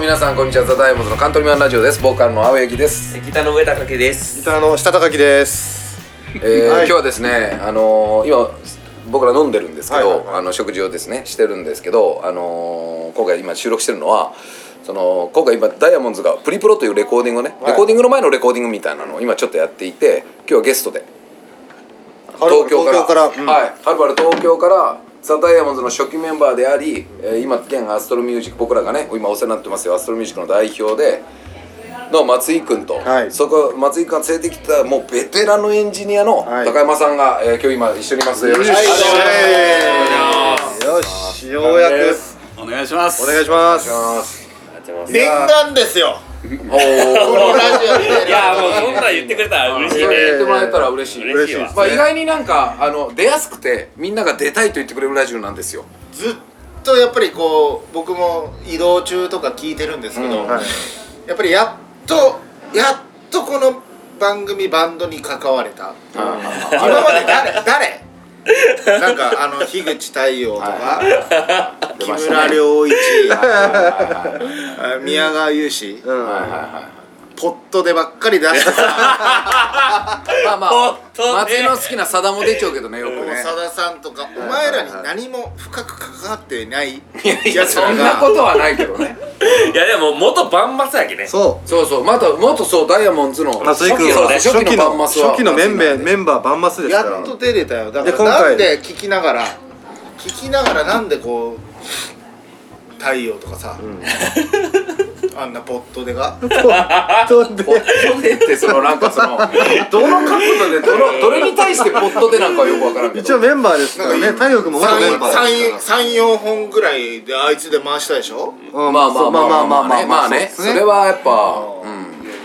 皆さんこんにちはザ・ダイヤモンドのカントリーマンラジオですボーカルの青柳です、ギターの上高木ですギターの下高木です。え ーはい今日はですねあのー今僕ら飲んでるんですけど、はいはいはいあの食事をですねしてるんですけどあのー今回今収録してるのはその今回今ダイヤモンドがプリプロというレコーディングをね、はいレコーディングの前のレコーディングみたいなのを今ちょっとやっていて今日はゲストではるばる東京東京かかららうんはいはるばる東京からザ・ダイヤモンドの初期メンバーであり、えー今現アストロミュージック僕らがね今お世話になってますよアストロミュージックの代表での松井君と、はいそこ松井君が連れてきたもうベテランのエンジニアのはい高山さんが、えー今日今一緒にいますよろしくお願いしはいよし、ようやくお願いしますお願いします。ます念願ですよおこーのラジオいでやもうそんなん言ってくれたら嬉しいそねれ言ってもらえたら嬉しい嬉しいわ嬉しいまあ、意外になんかあの出やすくてみんなが出たいと言ってくれるラジオなんですよずっとやっぱりこう僕も移動中とか聞いてるんですけうど、んはいやっぱりやっとやっとこの番組バンドに関われた今まで 誰誰なんかあの樋口太陽とか、出木ました村ね良一はいはいはいあ宮川雄志、うんはいはいはいはいポットでばっかり出して たまあま本あ、当ね松井の好きなさだも出ちゃうけどねよくね長田さんとかお前らに何も深く関わってないいやいややつそらがんなことはないけどねいやでも元バンマスやけねそそうそうまた元そうダイヤモンズのう、松井君そうは初期のバンマスは初期のメンバー松井なんでメンバーバンマスですから。やっと出れたよだかでら今な回んで聞きながら聞きながらなんでこう太陽とかさ、あんなポットでがとんでポットでってそのなんかそのどの角度でどのどれに対してポットでなんかはよくわからんけ一応どメンバーですからね。太陽君も元メンバーですから。 34本ぐらいであいつで回したでしょうんまあまそあうまあまあまあまあまあうねでそすれはやっぱうん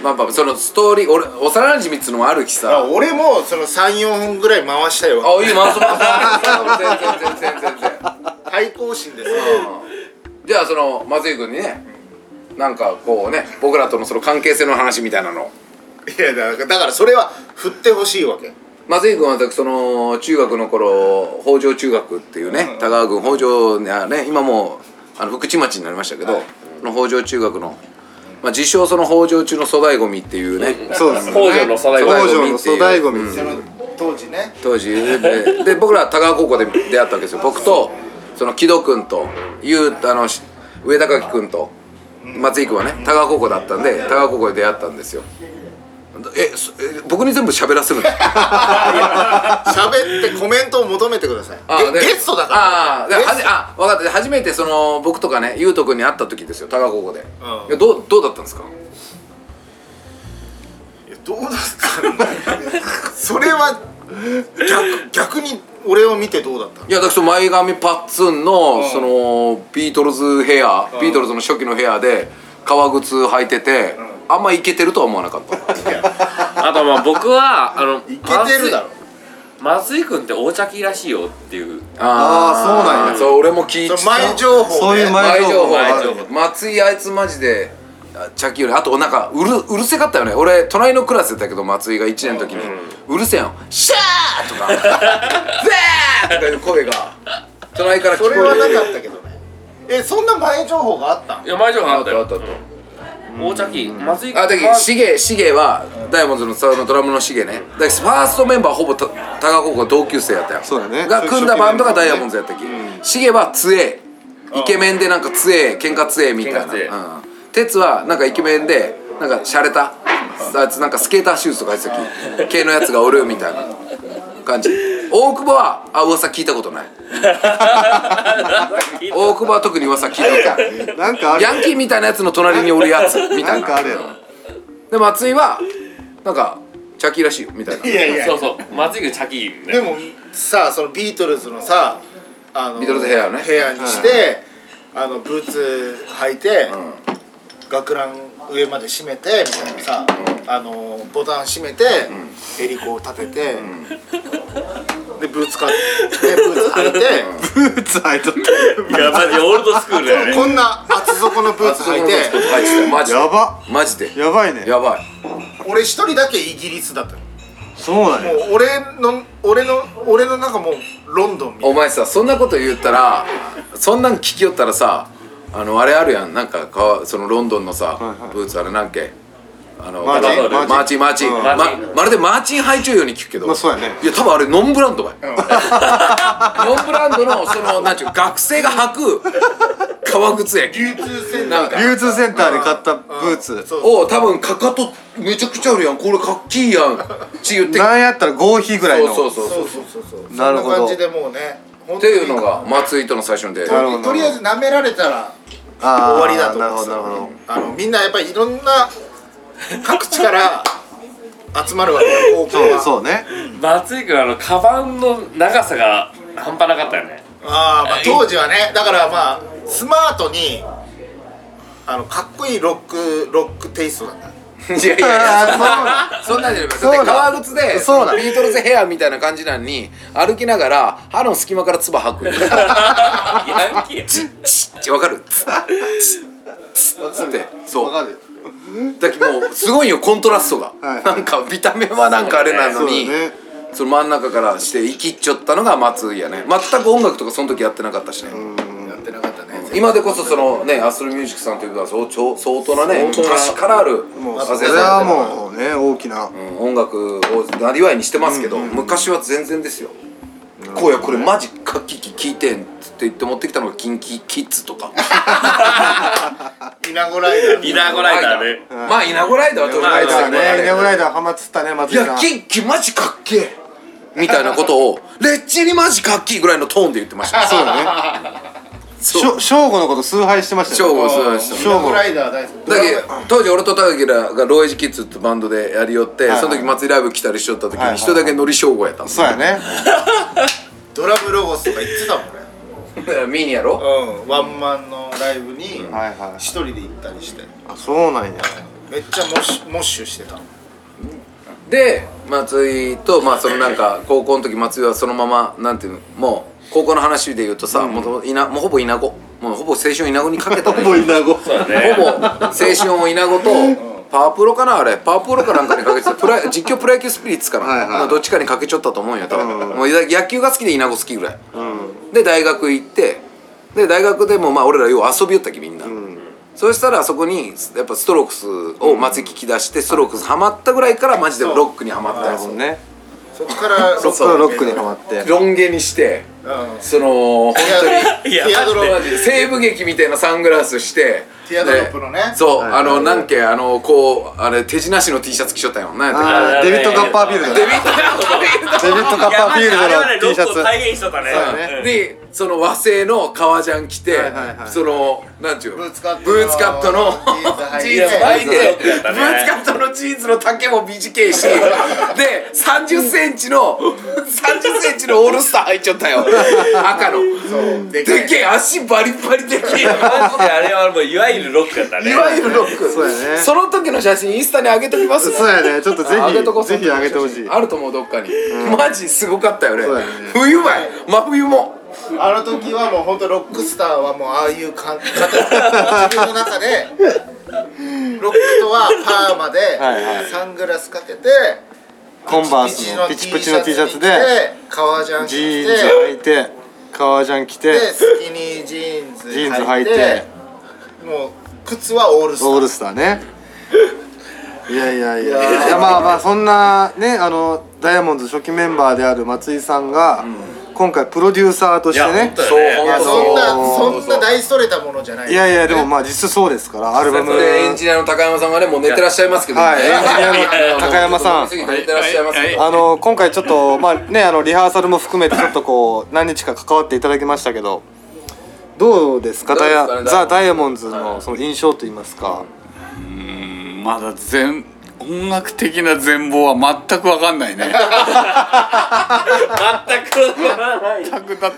まあまあそのストーリー俺幼馴染っつうのもあるきだからさ俺もその34本ぐらい回したよあいいマウスマウス全然全然全然対抗心ですよじゃあその松井君にねなんかこうね僕らとのその関係性の話みたいなのをいやだからだからそれは振ってほしいわけ松井君は私その中学の頃北条中学っていうね田川郡北条ね今もうあの福知町になりましたけど、の北条中学の、まあ、自称その北条中の粗大ゴミっていうね、そうです。北条の定そうめ工場の粗大ゴミう。んその当時ね当時でで僕ら田川高校で出会ったわけですよ僕とその木戸君というあのし上高木君と松井君はね田川高校だったんで田川高校で出会ったんですよえそえ僕に全部喋らせるんです喋ってコメントを求めてくださいあゲでゲストだからあーではじあ分かったで初めてその僕とかね優斗君に会った時ですよ高校で、うんいやどうどうだったんですかいやどうだったんだ それは逆逆に俺を見てどうだったのいや私前髪パッツンの、そのビートルズヘア、ビートルズの初期のヘアで革靴履いてて、あんまイケてるとは思わなかったあとまあ僕はあのいけてるだろ松井君って大茶器らしいよっていうあーそうなんやそう俺も聞いそての前情報ねそういう前前情報前情松井あいつマジであチャキよりあとなんかうるうるせかったよね俺隣のクラスだけど松井が1年の時に、うるせえよ「シャー!」とか「ゼー!」とかいう声が隣から聞こそえれはなかったけどねえそんな前情報があったんいや前情報ああっったたあっよたあった大茶器松井君あだけどはシゲシゲはダイヤモンドのそのドラムのシゲねだけどファーストメンバーほぼた田川高校同級生やったやんそうだねが組んだバンドがダイヤモンドやったきシゲは強えイケメンでなんか強え喧嘩強えみたいな喧嘩強えうん哲はなんかイケメンでなんか洒落たあいつなんかスケーターシューズとかやってたき 系のやつがおるみたいな感じ大久保はあ噂聞いたこと ない大久保は特に噂聞いたことないなんかあるヤンキーみたいなやつの隣におるやつみたないんなかあるやろ。で松井はなんかチャキらしいよみたいなやいそうそう松井君茶器ねでもさあそのビートルズのさあのビートルズヘアねヘアにして、あのブーツ履いて、学ラン上まで締めてみたいなさ、あのボタン締めて、襟子を立てて、でブーツ買ってでブーツ履いて、ブーツ履いとっいやマジオールドスクールやね こんな厚底のブーツ履いて履いてたよマた。ジやでば。マジでやばいね。やばい俺一人だけイギリスだったのもそうなんや。う俺の俺の俺の中もうロンドンみたいお前さそんなこと言ったらそんなん聞きよったらさあのあれあるやんなんかかそのロンドンのさ、はいはいブーツあれなんけあのマーチンマーチンマーチンうんままるでマーチンハイチュウように聞くけど、まあそうやねいや多分あれ ノンブランドかいノンブランドのそのなんちゅう学生が履く革靴やん流通センタなーんか流通センターで買ったブーツそうお多分かかとめちゃくちゃあるやんこれかっきいやんって言ってなんやったら合皮ぐらいのそうそうそうそうそうそうそうなるほどそんな感じでもうね本って当にいうのが松井との最初の出会いなるほどとりあえず舐められたらあー終わりだと思ってなるほどなるほたあのみんなやっぱりいろんな各地から集まるわけよ高校そうはそうね松井君あのカバンの長さが半端なかったよねあー、まあ当時はねだからまあスマートにあのかっこいいロックロックテイストだった いやいやいやそんなんじゃないだっうてだ革靴でそうだビートルズヘアみたいな感じなのに歩きながら歯の隙間から唾吐くよヤンキーやチッチわかるツッツッツッってそうわかるよだけどもうすごいよコントラストが、はいなんか見た目はなんかあれなのそうにそ,、だねの真ん中からして生きっちょったのが松井やね全く音楽とかその時やってなかったしねやってなかったね今でこそそのねアストロミュージックさんというかそうちょ相当なね相当な昔からあるもう風そ邪れさはんみたいなもうね大きなうん音楽をなりわいにしてますけど、昔は全然ですよ「こうやこれマジカッキキ聞いてん」っつって言って持ってきたのがキンキキッズとかイナゴライダーイナゴライダーねまあイナゴライダーはとりラあえイずダーあねれイナゴライダーハマっつったね松い井さやんキンキマジかっけえみたいなことを「レッチリマジかっきい」ぐらいのトーンで言ってま したそうだねしょ正吾のこと崇拝してました勝よ負をするイナゴライダー大好きだけど当時俺と高木らがロイジキッズってバンドでやりよって、はいはいその時松井ライブ来たりしとった時はいはいに一人だけノリ正吾やったんですそうやねドラムロゴスとか言ってたもんねミニやろうんワンマンのライブにはいはい一人で行ったりしてあそうなんやめっちゃモッシュモッシュしてたで松井とまあそのなんか高校の時松井はそのままなんていうのもう高校の話で言うとさ、もともといなもうほぼ稲子もうほぼ青春稲子にかけたねイナゴそうだねほぼ青春を稲子とパワープロかなあれパワープロかなんかにかけてたプロ実況プロ野球スピリッツかな、はいはいまあどっちかにかけちゃったと思うんや多分、うんもう野球が好きで稲子好きぐらいうんで大学行ってで大学でもまあ俺らよう遊びよったきみんな、うんそしたらそこにやっぱストロークスを松井聞き出してストロークスハマったぐらいからマジでロックにハマったなるやほつどねそっからそっからロックにハマってロン毛にしてうんそのティアいやティアドロップマジで西部劇みたいなサングラスしてティアドロップのねでそう、はいはいあのなんけあのこうあれ手品師の T シャツ着ちゃったよなんやっあーデビッド・ガッパーフィールドデねビッドガッデビッド・ガッパーフィールいやマジあれはねドの T シャロックをツ体現しとったねそうだねパーでその和製の革ジャン着て、はいはいはいそのなんていうブのーツカットブーツカットのジジーーンンズズ履履いいてていブやーツカットのジーンズの丈も短いしで30センチの30センチのオールスター履いちゃったよ赤のそうでかでいっけえ足バリバリでっけえいやマジであれはもういわゆるロックや ったねいわゆるロックそうやねその時の写真インスタに上げときますそうやねちょっとぜあ上げとこひぜひ上げてほしいあると思うどっかに、マジすごかったよねそうだね冬は真冬もあの時はもう本当ロックスターはもうああいう感じ自分の中でロックとはパーマではいはいサングラスかけてコンバースのピチプチの T シャツでピチプチの T シャツ着て革ジャン着ジてーンズ履いて革ジャン着でてスキニージーンズジーンズ履いてもう靴はオールスターオールスターねいやいやいやいやまあまあそんなねあのダイヤモンド初期メンバーである松井さんが、今回プロデューサーとしてねそうそういやあのそんなそうそんな大それたものじゃないいやいやでもまあ実質そうですからアルバムでエンジニアの高山さんがねもう寝てらっしゃいますけど、はいエンジニアの高 山さん次寝てらっしゃいますけど、あの今回ちょっとまあねあのリハーサルも含めてちょっとこう何日か関わっていただきましたけどどうですかどうダイですかヤねザ・ダイヤモンズのその印象といいますかうんまだ全音楽的な全貌は全く分かんないね全く分から ない全くだ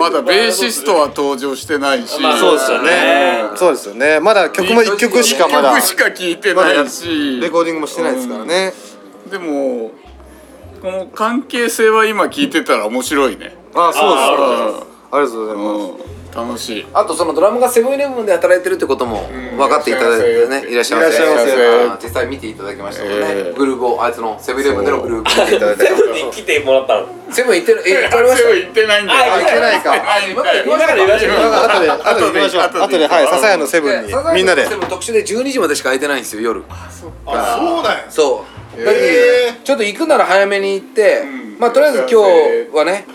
まだベーシストは登場してないし、まあそうですよねそうですよねまだ曲も1曲しかまだ曲しか聴いてないしレコーディングもしてないですからねでもこの関係性は今聞いてたら面白いねあそうですあかありがとうございますうん楽しいあとそのドラムがセブンイレブンで働いてるってことも分かっていただいてね、うんいらっしゃいませいらっしゃいませあー実際見ていただきましたもんね、ええグルーブをあいつのセブンイレブンでのグルーブ見ていただいてセブンに来てもらったのセブン行ってるえ行かれました強い行ってないんだよあ行ってないか行ってないみんなから言わせてなんか後で後で行きましょう後で後ではい後で笹谷のセブンにでサザエみんなでさの特集で12時までしか空いてないんですよ夜あそうなんやそう、へだけえどちょっと行くなら早めに行って、うんまあとりあえず今日はね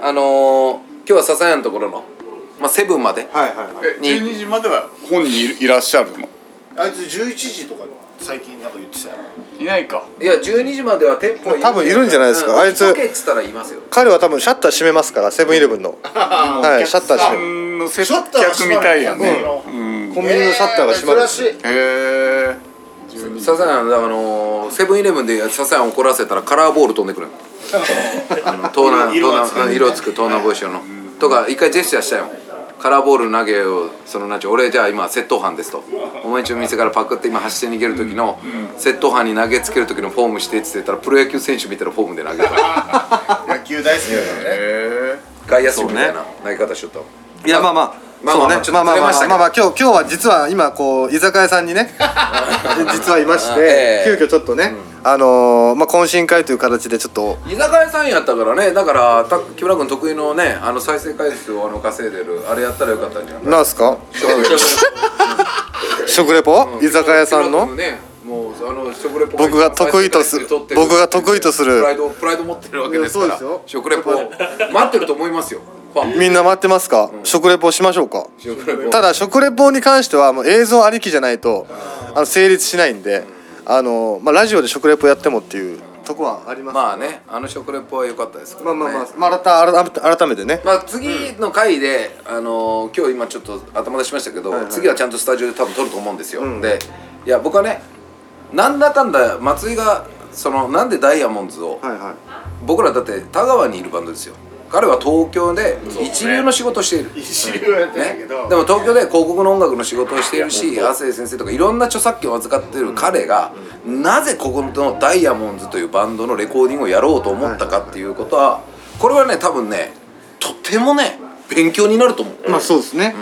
あのー、今日は笹谷のところの、まあ、セブンまではいはいはいえ12時までは本にいるいらっしゃるのあいつ11時とか最近なんか言ってたよいないかいや12時までは店舗多分いるんじゃないですかあいつ行けっつったらいますよ彼は多分シャッター閉めますからセブンイレブンのはいシャッター閉めるんの接客みたいやねうんコンビニのシャッターが閉まる珍しいへえサザンあのーセブンイレブンでサザン怒らせたらカラーボール飛んで くるのあの東南色東がつく南色つく東南ボイションの、とか一回ジェスチャーしたよカラーボール投げをそのなんちゅう俺じゃあ今窃盗犯ですとお前んちの店からパクって今走って逃げる時の、窃盗犯に投げつける時のフォームしてって言ったらプロ野球選手みたいなフォームで投げる野球大好きだからねへ外野手みたいな投げ方しとったもんいやまあまあまあそうねまあちょっとまあまあまあずれましたけどまあまあ今日今日は実は今こう居酒屋さん にね実はいましえてえ急遽ちょっとねあのーまあ懇親会という形でちょっと居酒屋さんやったからねだからた木村君得意のねあの再生回数をあの稼いでるあれやったらよかったんじゃ ないなんすか食レポ居酒屋さんのねもうあの食レポ僕が得意とす最終回で撮って僕が得意とするプライドプライド持ってるわけですかいらやそうですよ食レポ待ってると思いますよファンみんな待ってますか食レポしましょうか食レポただ食レポに関してはもう映像ありきじゃないとあの成立しないんであの、まあ、ラジオで食レポやってもっていうとこはありますまあねあの食レポは良かったですから、まあね、まあまあ、まあ、改め改めてねまあ次の回で、あのー今日今ちょっと頭出しましたけど、次はちゃんとスタジオで多分撮ると思うんですよ、でいや僕はねなんだかんだ松井がそのなんでダイヤモンドを、はいはい僕らだって田川にいるバンドですよ彼は東京で一流の仕事をしている、一流やってないけね、でども東京で広告の音楽の仕事をしているし亜生先生とかいろんな著作権を扱っている彼が、なぜここのダイヤモンズというバンドのレコーディングをやろうと思ったかっていうことはこれはね多分ねとてもね勉強になると思う。まあそうですね、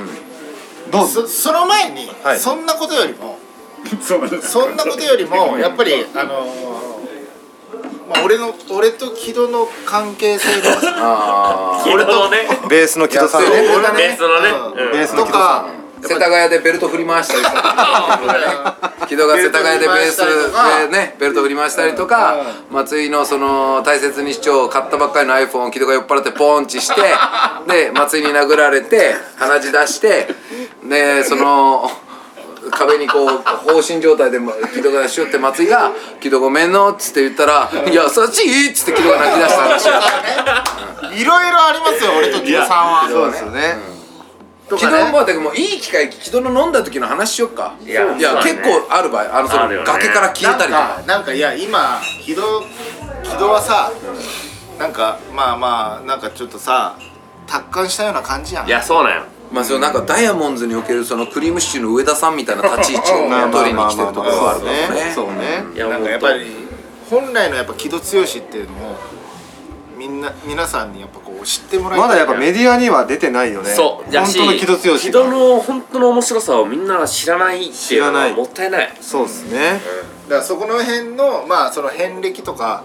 どうぞそその前に、はいそんなことよりもえそうなんそんなことよりもやっぱりあのーまあ、俺の俺と木戸の関係性 とかさあ俺とねベースの木戸さんねいやそう俺がねベースのねうんベースのと木戸さかー世田谷でベルト振り回したりと か木戸が世田谷でベースでねベルト振り回したりとか松井のその大切に市長買ったばっかりの iPhone を木戸が酔っ払ってポンチ してで松井に殴られて鼻血出してでその。壁にこう放心状態で木戸がしよって松井が「木戸ごめんの」っつって言ったら「優しい」っつって木戸が泣き出した話いろいろありますよ俺と木戸さんはそうですよね、と昨か日ねまでもういい機会昨日の飲んだ時の話しよっかいやそうだね結構ある場合あのそのあるよね崖から消えたりとなんかかなんかいや今木戸木戸はさなんかまあまあなんかちょっとさ達観したような感じやんいやそうなんよまあそのなんかダイヤモンドにおけるそのクリームシチューの上田さんみたいな立ち位置をね取りに来てるところはあるからねそうねいやなんかやっぱり本来のやっぱ木戸剛っていうのもみんな皆さんにやっぱこう知ってもらいたいまだやっぱメディアには出てないよねそうや本し当の木戸剛木戸の本当の面白さをみんなが知らないっていうのはもったいないそうですねだからそこの辺のまあその遍歴とか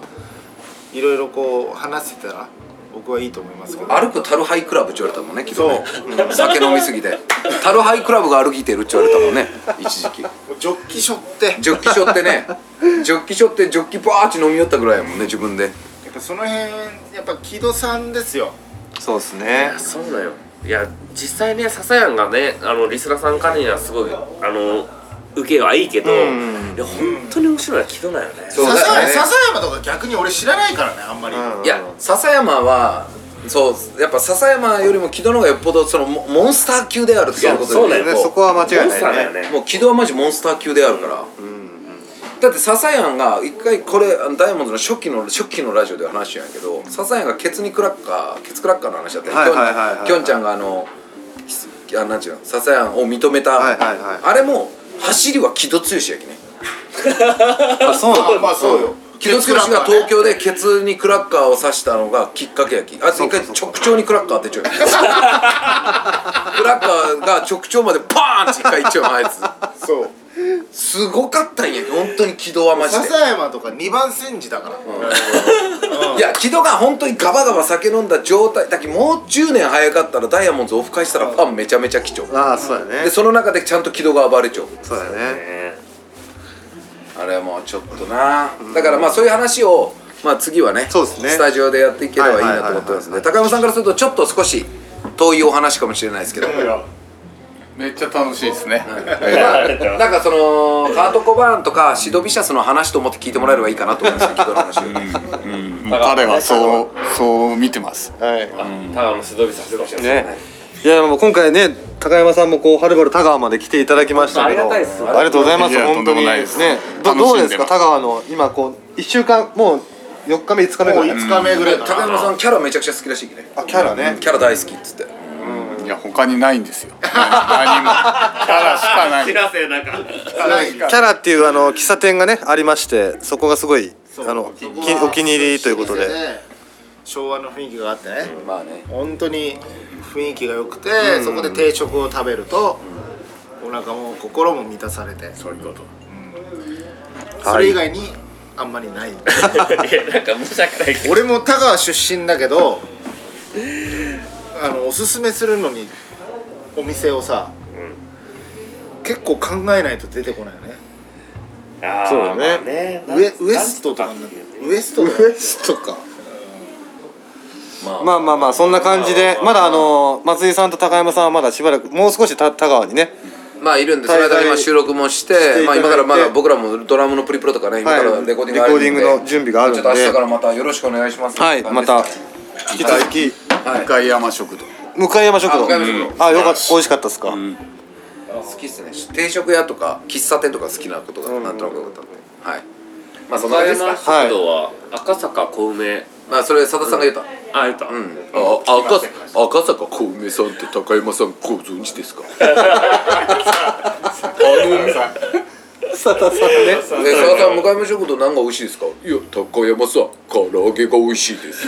いろいろこう話せたら僕はいいと思いますけど歩くタルハイクラブって言われたもんね昨日ねうん酒飲みすぎてタルハイクラブが歩いてるって言われたもんね一時期ジョッキショってジョッキショってねジョッキショってジョッキバーッチ飲み寄ったぐらいやもんね自分でやっぱその辺やっぱ木戸さんですよそうですねそうだよいや実際ね笹谷がねあのリスナーさんからにはすごいあの受けはいいけど、いや本当に面白いのは木戸だよねそうだ笹よね山笹山とか逆に俺知らないからねあんまり、んいや笹山はそうやっぱ笹山よりも木戸の方がよっぽどそのモモンスター級であるっていうことそうだよねそこは間違いないねモンスターだよねもう木戸はマジモンスター級であるから、だって笹谷が一回これあのダイヤモンドの初期の初期のラジオで話したんやけど笹谷がケツにクラッカーケツクラッカーの話だったよはいはいはいはいきょんちゃんがあのひすあなんちゅうの笹谷を認めた、はいはいはいあれも走りは木戸剛やきねあそうなあまあそうよ木戸剛が東京でケツにクラッカーを刺したのがきっかけやきあいつ一回直腸にクラッカー当てちゃうよクラッカーが直腸までパーンって一回いっちゃうのあいつそうすごかったんや本当に木戸はマジで笹山とか2番煎じだから、いや木戸が本当にガバガバ酒飲んだ状態だけどもう10年早かったらダイヤモンドズオフ会したらファンめちゃめちゃ貴重ああそうだでねその中でちゃんと木戸が暴れちゃうそうだねねあれはもうちょっとなだからまあそういう話をまあ次はねそうですねスタジオでやっていければいいなと思ってますはね高山さんからするとちょっと少し遠いお話かもしれないですけどめっちゃ楽しいですね。なんかそのカート・コバーンとかシド・ビシャスの話と思って聞いてもらえればいいかなと思いますよ木戸の話よりうんもう彼はそう、そう見てます。はいただの素通りさせてほしいですねいやもう今回ね高山さんもこうはるばる田川まで来ていただきましたけど本当ありがたいですありがとうございますいや本当にとんでもないねですど楽しんでどますうですか田川の今こう1週間もう4日目5日目ぐもうらい5日目ぐらい高か山なさんキャラめちゃくちゃ好きらしいけどねあキャラねキャラ大好きっつっていや、他にないんですよ。何も。キャラしかない。らせなんかないキャラっていうあの喫茶店がねありましてそこがすごいあのきお気に入りということで昭和の雰囲気があってねまあね本当に雰囲気が良くて、そこで定食を食べると、お腹も心も満たされてそういうこと、それ以外にあんまりな いいやなんか申し訳ないけど俺も田川出身だけどあのおすすめするのにお店をさ、結構考えないと出てこないよねあーそうだねまあねウエウエストとかになってウエストとかウエストかまあまあまあそんな感じでまだあの松井さんと高山さんはまだしばらくもう少した田川にねまあいるんでその間にまあ収録もしてていただいてまあ今からまだ僕らもドラムのプリプロとかね今からレコーディングあるんでレコーディングの準備があるんでちょっと明日からまたよろしくお願いしますはいまた引き続きはい向山食堂。向山食堂あ向山食あよかった美味しかったですか好きっすね定食屋とか喫茶店とか好きなことがなんとなく分かったんで、はいまあそんな岡感じです山か食堂は赤坂小梅まあそれ佐田さんが言った、あえたうんあ赤坂赤坂小梅さんって高山さんご存知ですかでさたさたね佐田さん向山食堂何が美味しいですかいや高山さん唐揚げが美味しいです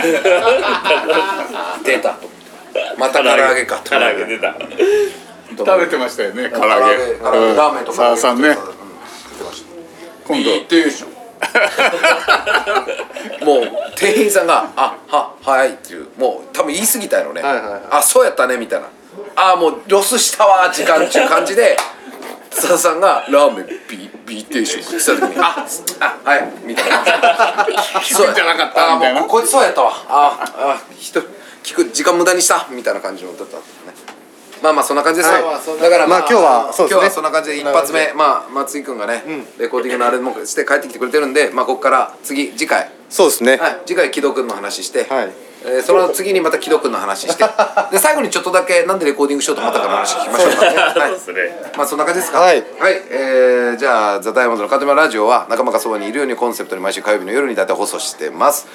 出たと思ってまた唐揚げかと唐揚げ出た食べてましたよね、唐揚げ。唐揚げラーメンとかさあさんね。今度。言ってるでしょもう店員さんが「あははい」っていうもう多分言い過ぎたよね、はいはいはいあそうやったねみたいな「あもうロスしたわ時間」っていう感じで 津田さんが「ラーメン B, B 定食」って言った時に「ああはい」みたいな「そうじゃなかったあみたいなもうこいつそうやったわああ人聞く時間無駄にした」みたいな感じのだったんですねまあまあそんな感じですよ、はいだからまあ今日はそうですね今日はそんな感じで一発目まあ松井君がね、レコーディングのあれもして帰ってきてくれてるんでまあここから次次回そうですねはい次回木戸君の話して、はいえーその次にまた木戸君の話してで最後にちょっとだけなんでレコーディングしようと思ったかの話聞きましょうかね、はいそうですねまあそんな感じですかはいえーじゃあ「ザ・ダイヤモンドのカトマラジオ」は仲間がそばにいるようにコンセプトに毎週火曜日の夜に大体放送してます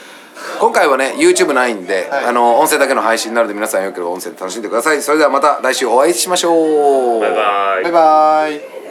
今回はね YouTube ないんで、あの音声だけの配信になるので皆さんよければ音声で楽しんでくださいそれではまた来週お会いしましょうバイバイバイバイ